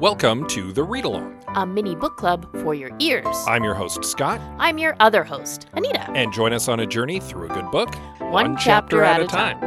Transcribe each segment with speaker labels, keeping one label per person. Speaker 1: Welcome to the Read Along.
Speaker 2: a mini book club for your ears.
Speaker 1: I'm your host, Scott,
Speaker 2: I'm your other host, Anita.
Speaker 1: and join us on a journey through a good book, one,
Speaker 2: chapter at a time.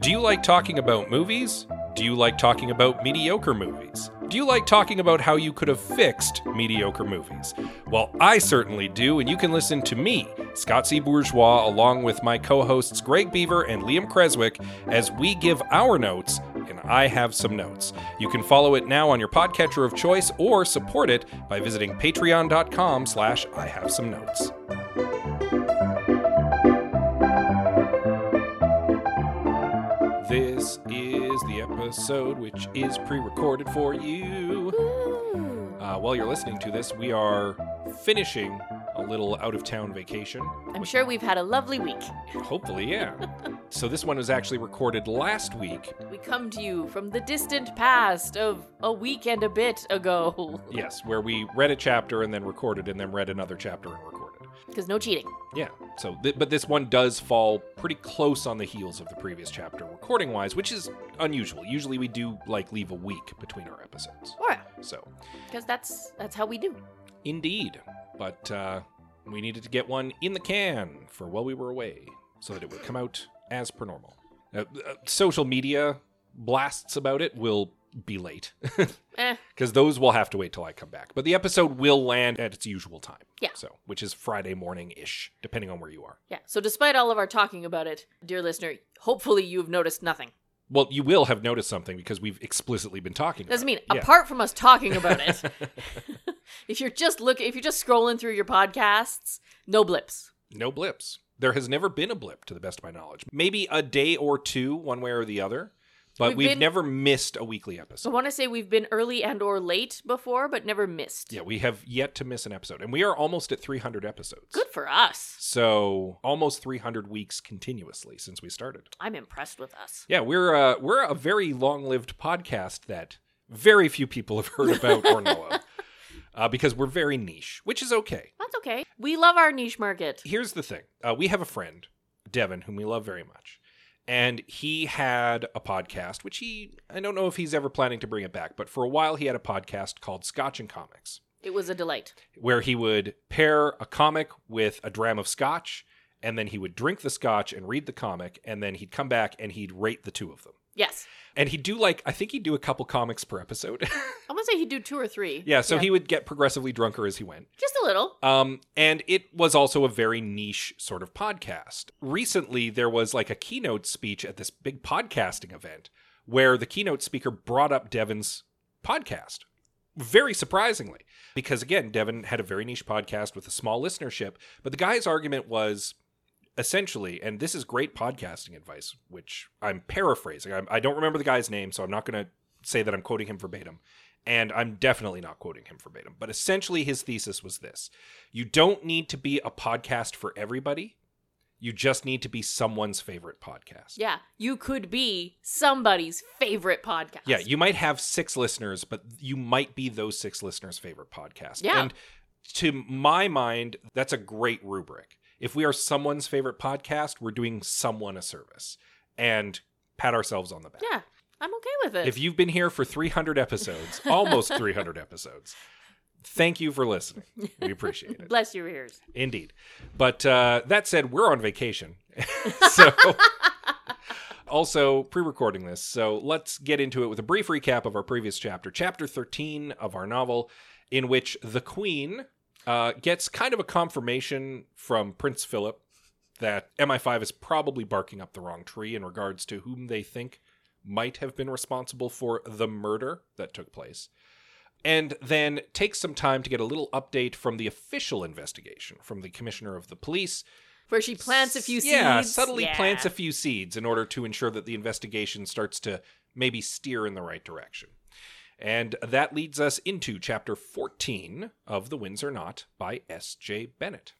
Speaker 1: Do you like talking about movies? Do you like talking about mediocre movies? Do you like talking about how you could have fixed mediocre movies? Well, I certainly do, and you can listen to me, Scott C. Bourgeois, along with my co hosts Greg Beaver and Liam Creswick, as we give our notes, and I have some notes. You can follow it now on your podcatcher of choice or support it by visiting patreon.com slash I have some notes. This is the episode which is pre recorded for you.
Speaker 2: Ooh,
Speaker 1: Uh, while you're listening to this, we are finishing a little out of town vacation.
Speaker 2: I'm sure we've had a lovely week.
Speaker 1: Hopefully, yeah. so, this one was actually recorded last week.
Speaker 2: We come to you from the distant past of a week and a bit ago.
Speaker 1: Yes, where we read a chapter and then recorded, and then read another chapter and recorded.
Speaker 2: Because no cheating.
Speaker 1: Yeah. So, th- but this one does fall pretty close on the heels of the previous chapter, recording wise, which is unusual. Usually, we do like leave a week between our episodes.
Speaker 2: Or
Speaker 1: So,
Speaker 2: because that's that's how we do.
Speaker 1: Indeed. But uh, we needed to get one in the can for while we were away so that it would come out as per normal. Uh, uh, social media blasts about it will be late
Speaker 2: Eh,
Speaker 1: because those will have to wait till I come back. But the episode will land at its usual time.
Speaker 2: Yeah.
Speaker 1: So, which is Friday morning ish, depending on where you are.
Speaker 2: yeah. So despite all of our talking about it, dear listener, hopefully you've noticed nothing.
Speaker 1: Well, you will have noticed something because we've explicitly been talking.
Speaker 2: Doesn't
Speaker 1: about
Speaker 2: mean
Speaker 1: it. Yeah.
Speaker 2: apart from us talking about it. if you're just looking, if you're just scrolling through your podcasts, no blips.
Speaker 1: No blips. There has never been a blip, to the best of my knowledge. Maybe a day or two, one way or the other, but
Speaker 2: We've
Speaker 1: we've,
Speaker 2: been-
Speaker 1: never missed a weekly
Speaker 2: So
Speaker 1: episode.
Speaker 2: I want to say we've been early and or late before, but never missed.
Speaker 1: Yeah, we have yet to miss an episode, and we are almost at 300 episodes.
Speaker 2: Good for us.
Speaker 1: So almost 300 weeks continuously since we started.
Speaker 2: I'm impressed with us.
Speaker 1: Yeah, we're uh, we're a very long-lived podcast that very few people have heard about or know of, uh, because we're very niche, which is okay.
Speaker 2: That's okay. We love our niche market.
Speaker 1: here's the thing uh, we have a friend devin whom we love very much and he had a podcast which he i don't know if he's ever planning to bring it back but for a while he had a podcast called scotch and comics
Speaker 2: It was a delight.
Speaker 1: where he would pair a comic with a dram of scotch and then he would drink the scotch and read the comic and then he'd come back and he'd rate the two of them
Speaker 2: Yes.
Speaker 1: and he'd do like i think he'd do a couple comics per episode
Speaker 2: I want to say he'd do two or three.
Speaker 1: yeah so he would get progressively drunker as he went
Speaker 2: Just a little.
Speaker 1: um, and it was also a very niche sort of podcast. Recently, there was like a keynote speech at this big podcasting event where the keynote speaker brought up Devin's podcast. Very surprisingly, because again, Devin had a very niche podcast with a small listenership. But the guy's argument was essentially, and this is great podcasting advice, which I'm paraphrasing. I'm, I don't remember the guy's name, so I'm not going to say that I'm quoting him verbatim. And I'm definitely not quoting him verbatim. But essentially, his thesis was this you don't need to be a podcast for everybody. You just need to be someone's favorite podcast.
Speaker 2: Yeah. You could be somebody's favorite podcast.
Speaker 1: Yeah, you might have six listeners, but you might be those six listeners' favorite podcast.
Speaker 2: Yeah.
Speaker 1: And to my mind, that's a great rubric. If we are someone's favorite podcast, we're doing someone a service and pat ourselves on the back.
Speaker 2: Yeah. I'm okay with it.
Speaker 1: If you've been here for 300 episodes, almost 300 episodes, thank you for listening. We appreciate it.
Speaker 2: Bless your ears.
Speaker 1: Indeed. But uh, that said, we're on vacation. so, also pre recording this. So, let's get into it with a brief recap of our previous chapter, chapter 13 of our novel, in which the Queen uh, gets kind of a confirmation from Prince Philip that MI5 is probably barking up the wrong tree in regards to whom they think might have been responsible for the murder that took place and then takes some time to get a little update from the official investigation from the commissioner of the police.
Speaker 2: Where she plants a few
Speaker 1: Yeah,
Speaker 2: seeds.
Speaker 1: subtly
Speaker 2: Yeah.
Speaker 1: plants a few seeds in order to ensure that the investigation starts to maybe steer in the right direction. And that leads us into chapter 14 of The Winds Are Not by S.J. Bennett.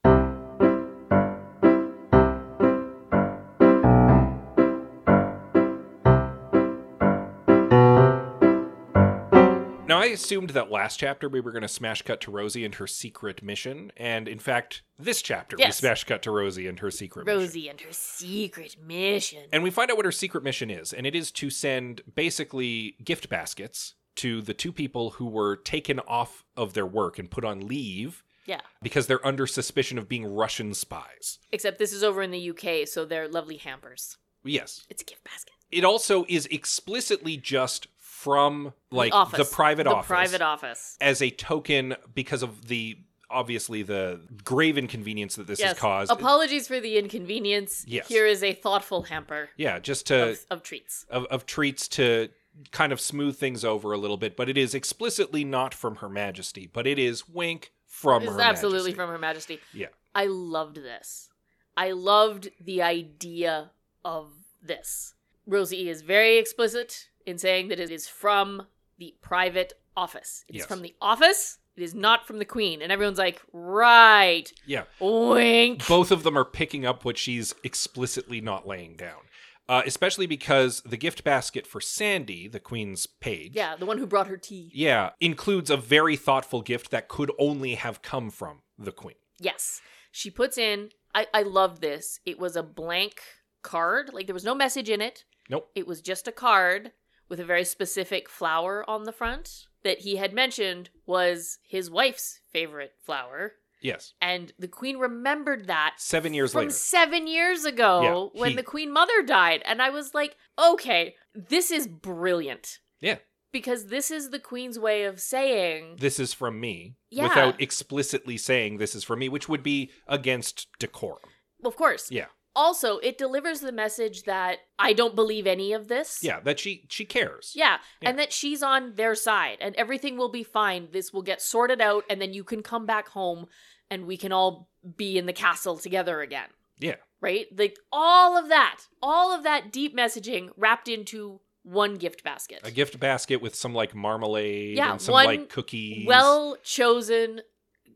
Speaker 1: assumed that last chapter we were going to smash cut to Rosie and her secret mission, and in fact, this chapter we
Speaker 2: Yes.
Speaker 1: smash cut to Rosie and her secret mission.
Speaker 2: Rosie and her secret mission.
Speaker 1: And we find out what her secret mission is, and it is to send basically gift baskets to the two people who were taken off of their work and put on leave
Speaker 2: yeah.
Speaker 1: because they're under suspicion of being Russian spies.
Speaker 2: Except this is over in the UK, so they're lovely hampers.
Speaker 1: Yes.
Speaker 2: It's a gift basket.
Speaker 1: It also is explicitly just from like
Speaker 2: the, office.
Speaker 1: private
Speaker 2: the
Speaker 1: office
Speaker 2: private office.
Speaker 1: as a token because of the obviously the grave inconvenience that this
Speaker 2: yes.
Speaker 1: has caused.
Speaker 2: Apologies for the inconvenience.
Speaker 1: Yes. Uh,
Speaker 2: Here is a thoughtful hamper
Speaker 1: yeah, just to
Speaker 2: of, of treats.
Speaker 1: of, of treats to kind of smooth things over a little bit, but it is explicitly not from Her Majesty, but it is wink from
Speaker 2: This is
Speaker 1: Her
Speaker 2: absolutely
Speaker 1: Majesty.
Speaker 2: from Her Majesty.
Speaker 1: Yeah.
Speaker 2: I loved this. I loved the idea of this. Rosie E is very explicit in saying that it is from the private office. It is
Speaker 1: Yes.
Speaker 2: from the office. It is not from the Queen. And everyone's like, right.
Speaker 1: Yeah.
Speaker 2: Wink.
Speaker 1: Both of them are picking up what she's explicitly not laying down. Uh, especially because the gift basket for Sandy, the Queen's page,
Speaker 2: yeah, the one who brought her tea.
Speaker 1: yeah, includes a very thoughtful gift that could only have come from the Queen.
Speaker 2: Yes. She puts in, I, I love this. It was a blank card. Like there was no message in it.
Speaker 1: Nope.
Speaker 2: It was just a card with a very specific flower on the front that he had mentioned was his wife's favorite flower.
Speaker 1: Yes.
Speaker 2: And the queen remembered that
Speaker 1: Seven years
Speaker 2: from
Speaker 1: later.
Speaker 2: seven years ago
Speaker 1: Yeah,
Speaker 2: when
Speaker 1: he-
Speaker 2: the queen mother died. And I was like, okay, this is brilliant.
Speaker 1: Yeah.
Speaker 2: Because this is the queen's way of saying,
Speaker 1: this is from me
Speaker 2: Yeah.
Speaker 1: without explicitly saying this is from me, which would be against decorum.
Speaker 2: of course.
Speaker 1: Yeah.
Speaker 2: Also, it delivers the message that I don't believe any of this.
Speaker 1: Yeah, that she she cares.
Speaker 2: Yeah,
Speaker 1: Yeah.
Speaker 2: and that she's on their side and everything will be fine. This will get sorted out and then you can come back home and we can all be in the castle together again.
Speaker 1: Yeah.
Speaker 2: Right? Like all of that, all of that deep messaging wrapped into one gift basket.
Speaker 1: A gift basket with some like marmalade
Speaker 2: Yeah,
Speaker 1: and some
Speaker 2: one
Speaker 1: like cookies.
Speaker 2: well chosen,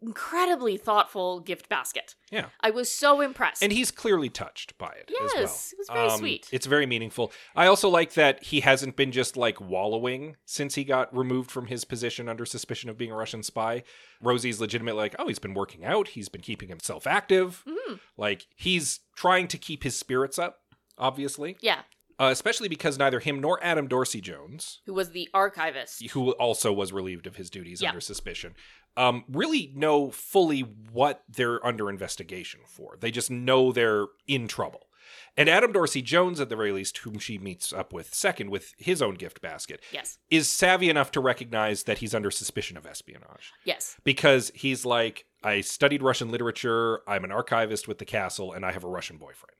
Speaker 2: incredibly thoughtful gift basket.
Speaker 1: Yeah.
Speaker 2: I was so impressed.
Speaker 1: and he's clearly touched by it as well. Um,
Speaker 2: Yes, it was very sweet.
Speaker 1: It's very meaningful. I also like that he hasn't been just like wallowing since he got removed from his position under suspicion of being a Russian spy. Rosie's legitimate like, oh, he's been working out, he's been keeping himself active.
Speaker 2: Mhm.
Speaker 1: Like he's trying to keep his spirits up, obviously.
Speaker 2: yeah,
Speaker 1: uh, especially because neither him nor Adam Dorsey Jones,
Speaker 2: who was the archivist.
Speaker 1: who also was relieved of his duties
Speaker 2: Yeah.
Speaker 1: under suspicion, um, really know fully what they're under investigation for. They just know they're in trouble. And Adam Dorsey Jones, at the very least, whom she meets up with second with his own gift basket,
Speaker 2: Yes.
Speaker 1: is savvy enough to recognize that he's under suspicion of espionage
Speaker 2: Yes.
Speaker 1: because he's like, I studied Russian literature, I'm an archivist with the castle, and I have a Russian boyfriend.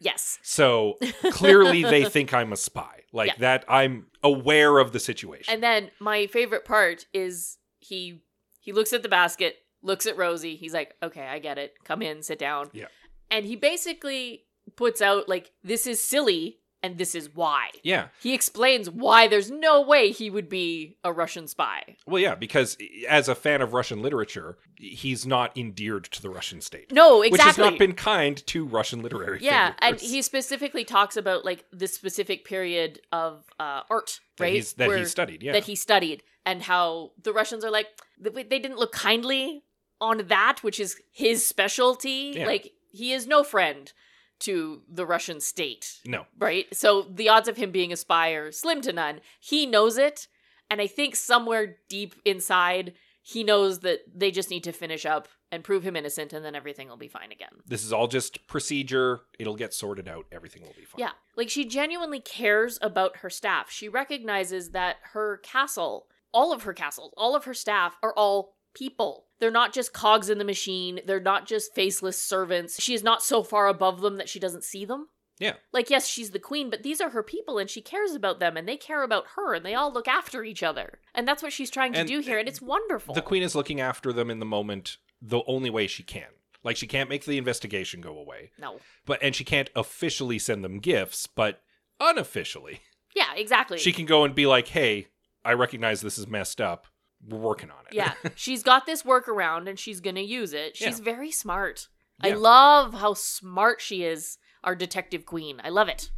Speaker 2: Yes.
Speaker 1: So clearly they think I'm a spy. Like
Speaker 2: Yeah.
Speaker 1: that I'm aware of the situation.
Speaker 2: And then my favorite part is he he looks at the basket, looks at Rosie. He's like, "Okay, I get it. Come in, sit down."
Speaker 1: Yeah.
Speaker 2: And he basically puts out like, "This is silly, and this is why."
Speaker 1: yeah.
Speaker 2: He explains why there's no way he would be a Russian spy.
Speaker 1: Well, yeah, because eh, as a fan of Russian literature, he's not endeared to the Russian state.
Speaker 2: No,
Speaker 1: Which has
Speaker 2: exactly.
Speaker 1: not been kind to Russian literary
Speaker 2: yeah, and
Speaker 1: figures.
Speaker 2: he specifically talks about like this specific period of uh, art,
Speaker 1: that,
Speaker 2: right?
Speaker 1: he's, that
Speaker 2: Where-
Speaker 1: he studied, yeah.
Speaker 2: that he studied and how the Russians are like th- they didn't look kindly on that, which is his specialty.
Speaker 1: Yeah.
Speaker 2: Like he is no friend to the Russian state,
Speaker 1: no.
Speaker 2: right? So the odds of him being a spy are slim to none. He knows it, and I think somewhere deep inside he knows that they just need to finish up and prove him innocent and then everything will be fine again.
Speaker 1: This is all just procedure. It'll get sorted out. Everything will be fine.
Speaker 2: Yeah. Like she genuinely cares about her staff. She recognizes that her castle, all of her castles, all of her staff are all people. They're not just cogs in the machine. They're not just faceless servants. She is not so far above them that she doesn't see them.
Speaker 1: Yeah.
Speaker 2: Like, yes, she's the queen, but these are her people and she cares about them and they care about her and they all look after each other. And that's what she's trying to
Speaker 1: And
Speaker 2: do here. And it's wonderful.
Speaker 1: The queen is looking after them in the moment the only way she can. Like she can't make the investigation go away.
Speaker 2: No.
Speaker 1: But and she can't officially send them gifts, but unofficially
Speaker 2: Yeah, exactly.
Speaker 1: she can go and be like, "Hey, I recognize this is messed up. We're working on it."
Speaker 2: yeah. She's got this workaround and she's going to use it. She's
Speaker 1: Yeah.
Speaker 2: very smart. I
Speaker 1: Yeah.
Speaker 2: love how smart she is, our detective queen. I love it.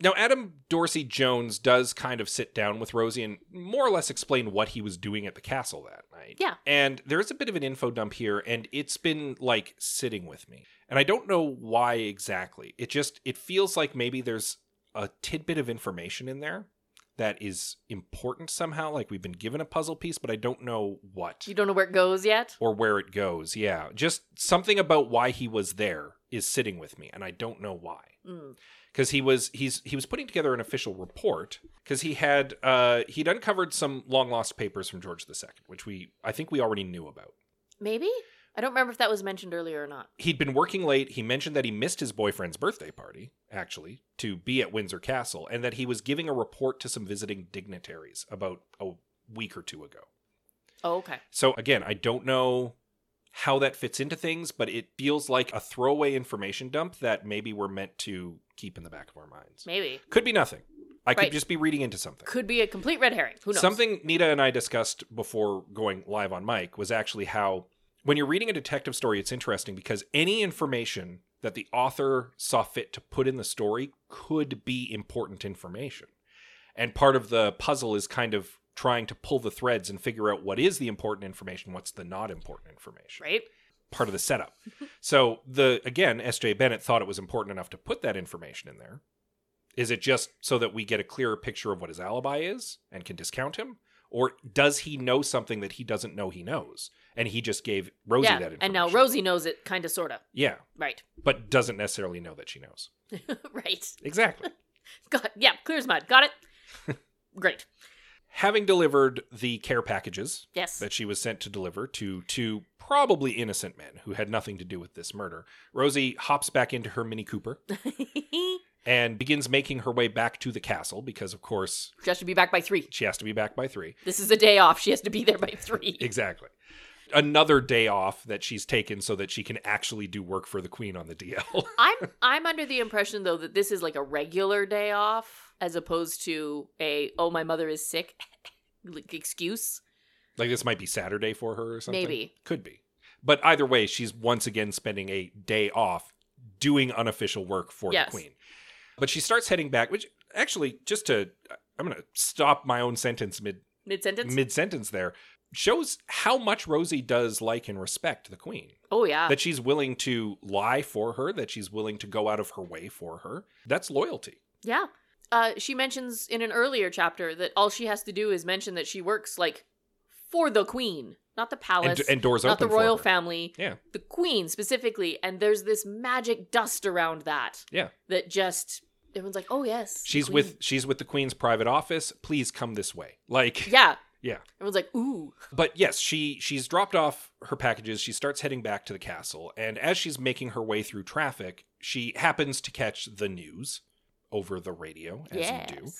Speaker 1: Now, Adam Dorsey Jones does kind of sit down with Rosie and more or less explain what he was doing at the castle that night.
Speaker 2: Yeah.
Speaker 1: And there is a bit of an info dump here, and it's been like sitting with me. And I don't know why exactly. It just it feels like maybe there's a tidbit of information in there that is important somehow. Like we've been given a puzzle piece, but I don't know what
Speaker 2: You don't know where it goes yet?
Speaker 1: or where it goes. Yeah. Just something about why he was there is sitting with me, and I don't know why
Speaker 2: Mm.
Speaker 1: because he was he's he was putting together an official report because he had uh he'd uncovered some long lost papers from George II, which we I think we already knew about.
Speaker 2: Maybe? I don't remember if that was mentioned earlier or not.
Speaker 1: He'd been working late. He mentioned that he missed his boyfriend's birthday party, actually, to be at Windsor Castle, and that he was giving a report to some visiting dignitaries about a week or two ago.
Speaker 2: Oh, okay.
Speaker 1: So again, I don't know how that fits into things, but it feels like a throwaway information dump that maybe we're meant to keep in the back of our minds.
Speaker 2: Maybe.
Speaker 1: Could be nothing. I could
Speaker 2: Right.
Speaker 1: just be reading into something.
Speaker 2: Could be a complete red herring. Who knows?
Speaker 1: Something Nita and I discussed before going live on mic was actually how when you're reading a detective story, it's interesting because any information that the author saw fit to put in the story could be important information. And part of the puzzle is kind of trying to pull the threads and figure out what is the important information, what's the not important information
Speaker 2: Right?
Speaker 1: part of the setup. so the again, S.J. Bennett thought it was important enough to put that information in there. Is it just so that we get a clearer picture of what his alibi is and can discount him, or does he know something that he doesn't know he knows, and he just gave Rosie
Speaker 2: yeah.
Speaker 1: that information?
Speaker 2: and now Rosie knows it, kind of, sort of.
Speaker 1: yeah,
Speaker 2: Right.
Speaker 1: but doesn't necessarily know that she knows
Speaker 2: right.
Speaker 1: exactly.
Speaker 2: Got, yeah, clear as mud. Got it? Great.
Speaker 1: Having delivered the care packages
Speaker 2: Yes.
Speaker 1: that she was sent to deliver to two probably innocent men who had nothing to do with this murder, Rosie hops back into her Mini Cooper and begins making her way back to the castle because, of course,
Speaker 2: she has to be back by three.
Speaker 1: she has to be back by three.
Speaker 2: This is a day off. She has to be there by three.
Speaker 1: Exactly. Another day off that she's taken so that she can actually do work for the queen on the DL.
Speaker 2: I'm I'm under the impression though that this is like a regular day off as opposed to a oh my mother is sick like, excuse.
Speaker 1: like this might be Saturday for her or something.
Speaker 2: Maybe.
Speaker 1: Could be. But either way, she's once again spending a day off doing unofficial work for the
Speaker 2: Yes.
Speaker 1: queen. But she starts heading back, which actually, just to, I'm going to stop my own sentence mid
Speaker 2: Mid sentence.
Speaker 1: mid sentence there, shows how much Rosie does like and respect the queen.
Speaker 2: oh yeah.
Speaker 1: that she's willing to lie for her, that she's willing to go out of her way for her. That's loyalty.
Speaker 2: yeah. Uh, she mentions in an earlier chapter that all she has to do is mention that she works like for the queen, not the
Speaker 1: And,
Speaker 2: palace,
Speaker 1: and doors
Speaker 2: not
Speaker 1: open.
Speaker 2: the royal
Speaker 1: for her.
Speaker 2: family,
Speaker 1: Yeah.
Speaker 2: the queen specifically. And there's this magic dust around that.
Speaker 1: Yeah.
Speaker 2: That just everyone's like, oh yes, the
Speaker 1: She's
Speaker 2: queen."
Speaker 1: with she's with the queen's private office. Please come this way. Like
Speaker 2: yeah
Speaker 1: Yeah.
Speaker 2: Everyone's like, ooh,
Speaker 1: But yes, she she's dropped off her packages. She starts heading back to the castle, and as she's making her way through traffic, she happens to catch the news over the radio as
Speaker 2: yes.
Speaker 1: you do.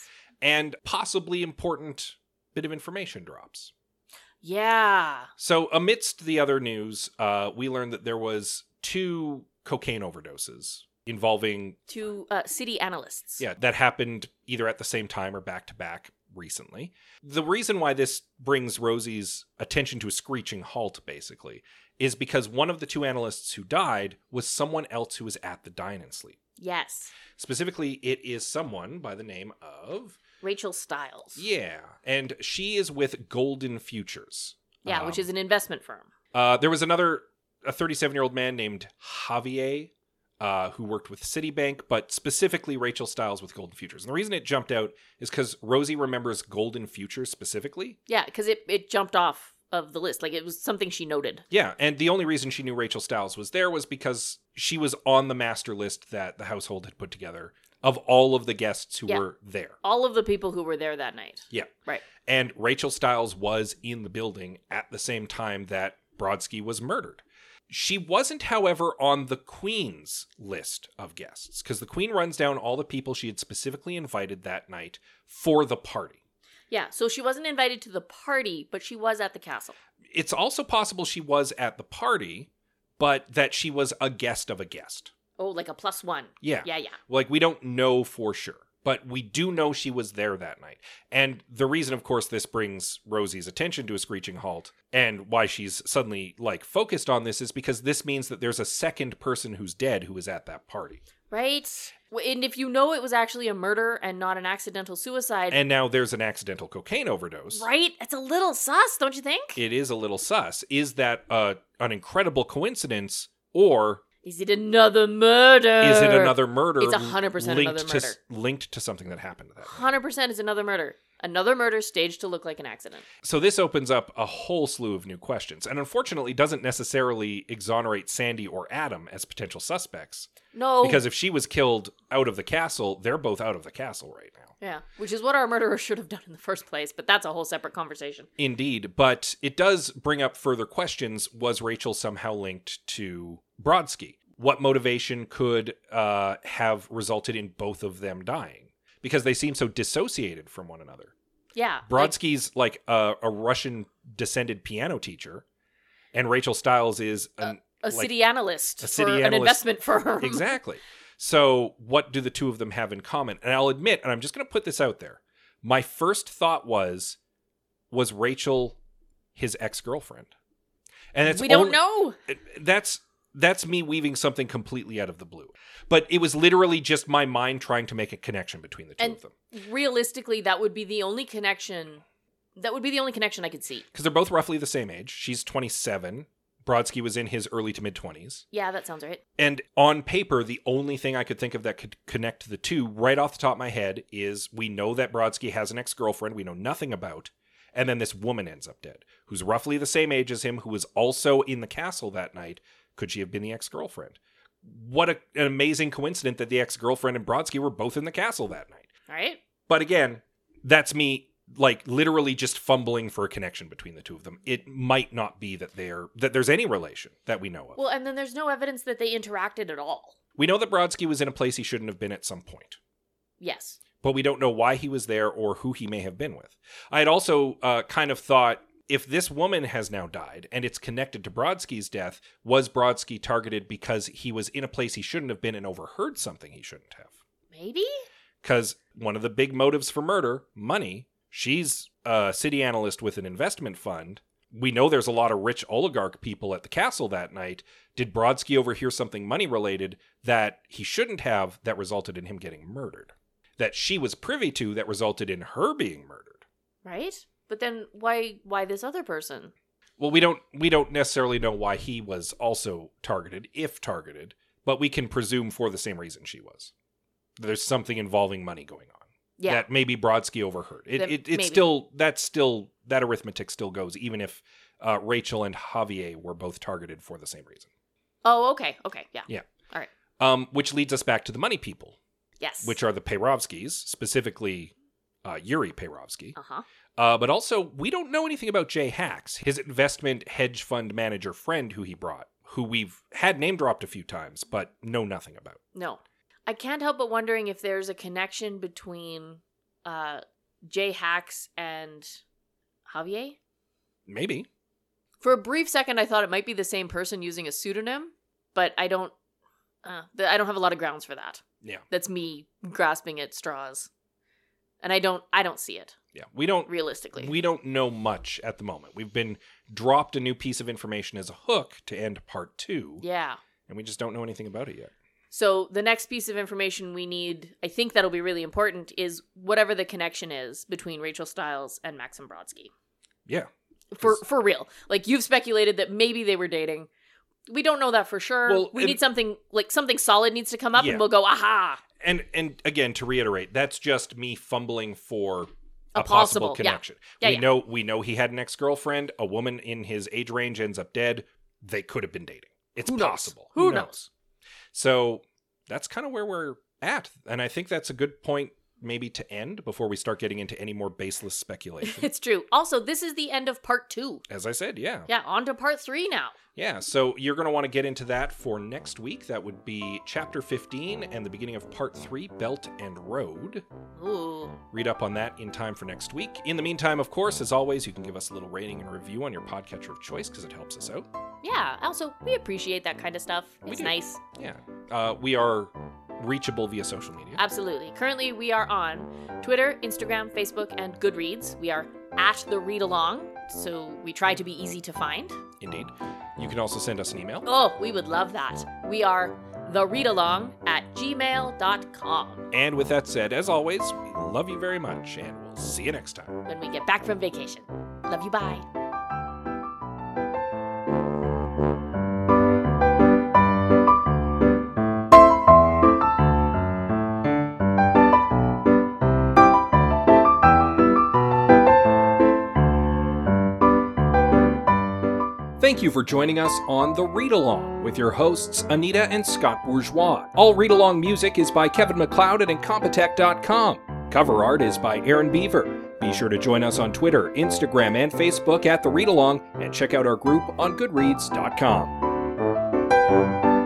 Speaker 1: And possibly important bit of information drops.
Speaker 2: Yeah.
Speaker 1: So, amidst the other news, uh, we learned that there was two cocaine overdoses involving
Speaker 2: To uh, city analysts.
Speaker 1: yeah that happened either at the same time or back to back recently. The reason why this brings Rosie's attention to a screeching halt, basically, is because one of the two analysts who died was someone else who was at the dine and sleep.
Speaker 2: Yes.
Speaker 1: Specifically, it is someone by the name of
Speaker 2: Rachel Stiles.
Speaker 1: yeah, and she is with Golden Futures.
Speaker 2: Yeah, which
Speaker 1: Um,
Speaker 2: is an investment firm.
Speaker 1: Uh, there was another a 37 year old man named Javier uh, who worked with Citibank, but specifically Rachel Stiles with Golden Futures. And the reason it jumped out is because Rosie remembers Golden Futures specifically.
Speaker 2: Yeah, because it, it jumped off of the list. Like it was something she noted.
Speaker 1: Yeah, and the only reason she knew Rachel Stiles was there was because she was on the master list that the household had put together of all of the guests who
Speaker 2: Yeah.
Speaker 1: were there.
Speaker 2: All of the people who were there that night.
Speaker 1: Yeah.
Speaker 2: Right.
Speaker 1: And Rachel Stiles was in the building at the same time that Brodsky was murdered. She wasn't, however, on the Queen's list of guests because the Queen runs down all the people she had specifically invited that night for the party.
Speaker 2: Yeah, so she wasn't invited to the party, but she was at the castle.
Speaker 1: It's also possible she was at the party, but that she was a guest of a guest.
Speaker 2: Oh, like a plus one.
Speaker 1: Yeah.
Speaker 2: Yeah, yeah.
Speaker 1: Like, we don't know for sure, but we do know she was there that night. And the reason, of course, this brings Rosie's attention to a screeching halt and why she's suddenly, like, focused on this is because this means that there's a second person who's dead who was at that party.
Speaker 2: right? W- And if you know it was actually a murder and not an accidental suicide,
Speaker 1: And now there's an accidental cocaine overdose.
Speaker 2: right? It's a little sus, don't you think?
Speaker 1: It is a little sus. Is that uh, an incredible coincidence or
Speaker 2: Is it another murder?
Speaker 1: is it another murder
Speaker 2: Uh, It's 100%
Speaker 1: linked
Speaker 2: another
Speaker 1: to s-
Speaker 2: murder.
Speaker 1: linked to something that happened to that? night?
Speaker 2: 100% is another murder. Another murder staged to look like an accident.
Speaker 1: So this opens up a whole slew of new questions and unfortunately doesn't necessarily exonerate Sandy or Adam as potential suspects
Speaker 2: No.
Speaker 1: because if she was killed out of the castle, they're both out of the castle right now.
Speaker 2: yeah, which is what our murderer should have done in the first place, but that's a whole separate conversation.
Speaker 1: Indeed, but it does bring up further questions. Was Rachel somehow linked to Brodsky? What motivation could uh, have resulted in both of them dying? Because they seem so dissociated from one another.
Speaker 2: Yeah. like-
Speaker 1: Brodsky's like a, a Russian descended piano teacher, and Rachel Stiles is an.
Speaker 2: a
Speaker 1: like-
Speaker 2: city analyst
Speaker 1: a city
Speaker 2: for an
Speaker 1: analyst-
Speaker 2: investment firm.
Speaker 1: exactly. So, what do the two of them have in common? And I'll admit, and I'm just going to put this out there. My first thought was, was Rachel his ex girlfriend? And it's
Speaker 2: we
Speaker 1: only-
Speaker 2: don't know.
Speaker 1: That's that's me weaving something completely out of the blue. But it was literally just my mind trying to make a connection between the two
Speaker 2: And-
Speaker 1: of them
Speaker 2: Realistically, that would be the only connection. That would be the only connection I could see.
Speaker 1: because they're both roughly the same age. She's 27. Brodsky was in his early to mid 20s.
Speaker 2: Yeah, that sounds right.
Speaker 1: And on paper, the only thing I could think of that could connect the two right off the top of my head is we know that Brodsky has an ex girlfriend we know nothing about. And then this woman ends up dead, who's roughly the same age as him, who was also in the castle that night. Could she have been the ex girlfriend? What a, an amazing coincidence that the ex girlfriend and Brodsky were both in the castle that night.
Speaker 2: All right.
Speaker 1: But again, that's me like literally just fumbling for a connection between the two of them. It might not be that they're that there's any relation that we know of.
Speaker 2: Well, and then there's no evidence that they interacted at all.
Speaker 1: We know that Brodsky was in a place he shouldn't have been at some point,
Speaker 2: Yes.
Speaker 1: but we don't know why he was there or who he may have been with. I had also uh, kind of thought if this woman has now died and it's connected to Brodsky's death, was Brodsky targeted because he was in a place he shouldn't have been and overheard something he shouldn't have?
Speaker 2: Maybe?
Speaker 1: Because one of the big motives for murder, money, she's a city analyst with an investment fund. We know there's a lot of rich oligarch people at the castle that night. Did Brodsky overhear something money related that he shouldn't have that resulted in him getting murdered? That she was privy to that resulted in her being murdered?
Speaker 2: Right? But then why why this other person?
Speaker 1: Well, we don't we don't necessarily know why he was also targeted, if targeted, but we can presume for the same reason she was. There's something involving money going on.
Speaker 2: Yeah.
Speaker 1: that maybe Brodsky overheard. It,
Speaker 2: That-
Speaker 1: it it's
Speaker 2: maybe.
Speaker 1: still that's still that arithmetic still goes even if uh, Rachel and Javier were both targeted for the same reason.
Speaker 2: oh, okay. Okay. Yeah.
Speaker 1: Um, which leads us back to the money people,
Speaker 2: Yes.
Speaker 1: which are the Peyrovskis, specifically uh, Yuri Peyrovsky.
Speaker 2: Uh-huh.
Speaker 1: Uh, but also, we don't know anything about Jay Hacks, his investment hedge fund manager friend who he brought, who we've had name dropped a few times, but know nothing about.
Speaker 2: No. I can't help but wondering if there's a connection between uh Jay Hacks and Javier.
Speaker 1: Maybe.
Speaker 2: For a brief second I thought it might be the same person using a pseudonym, but I don't uh, th- I don't have a lot of grounds for that.
Speaker 1: Yeah.
Speaker 2: That's me grasping at straws. And I don't I don't see it
Speaker 1: Yeah. We don't
Speaker 2: realistically.
Speaker 1: We don't know much at the moment. We've been dropped a new piece of information as a hook to end part two,
Speaker 2: yeah.
Speaker 1: and we just don't know anything about it yet.
Speaker 2: So the next piece of information we need, I think that'll be really important, is whatever the connection is between Rachel Stiles and Maxim Brodsky.
Speaker 1: Yeah.
Speaker 2: For
Speaker 1: 'Cause-
Speaker 2: for real. Like you've speculated that maybe they were dating. We don't know that for sure.
Speaker 1: Well,
Speaker 2: we
Speaker 1: and-
Speaker 2: need something like something solid needs to come up
Speaker 1: Yeah.
Speaker 2: and we'll go, aha.
Speaker 1: And and again, to reiterate, that's just me fumbling for a,
Speaker 2: A
Speaker 1: possible,
Speaker 2: possible, yeah.
Speaker 1: connection.
Speaker 2: Yeah,
Speaker 1: we
Speaker 2: yeah.
Speaker 1: know we know he had an ex girlfriend. A woman in his age range ends up dead. They could have been dating. It's
Speaker 2: Who knows?
Speaker 1: possible.
Speaker 2: Who knows?
Speaker 1: So that's kind of where we're at, and I think that's a good point maybe to end before we start getting into any more baseless speculation.
Speaker 2: it's true. Also, this is the end of part two.
Speaker 1: As I said, yeah.
Speaker 2: Yeah, on to part three now.
Speaker 1: Yeah, so you're going to want to get into that for next week. That would be chapter 15 and the beginning of part 3, Belt and Road.
Speaker 2: Ooh.
Speaker 1: Read up on that in time for next week. In the meantime, of course, as always, you can give us a little rating and review on your podcatcher of choice because it helps us out.
Speaker 2: Yeah. Also, we appreciate that kind of stuff.
Speaker 1: We
Speaker 2: It's
Speaker 1: do.
Speaker 2: nice.
Speaker 1: Yeah. Uh, we are reachable via social media.
Speaker 2: Absolutely. Currently, we are on Twitter, Instagram, Facebook, and Goodreads. We are at the read along, so we try to be easy to find.
Speaker 1: Indeed. You can also send us an email.
Speaker 2: Oh, we would love that. We are thereadalong at gmail.com
Speaker 1: And with that said, as always, we love you very much and we'll see you next time.
Speaker 2: when we get back from vacation. Love you, bye.
Speaker 1: Thank you for joining us on The Read Along with your hosts, Anita and Scott Bourgeois. All read along music is by Kevin McLeod at Incompetech.com. Cover art is by Aaron Beaver. Be sure to join us on Twitter, Instagram, and Facebook at The Read Along and check out our group on Goodreads.com.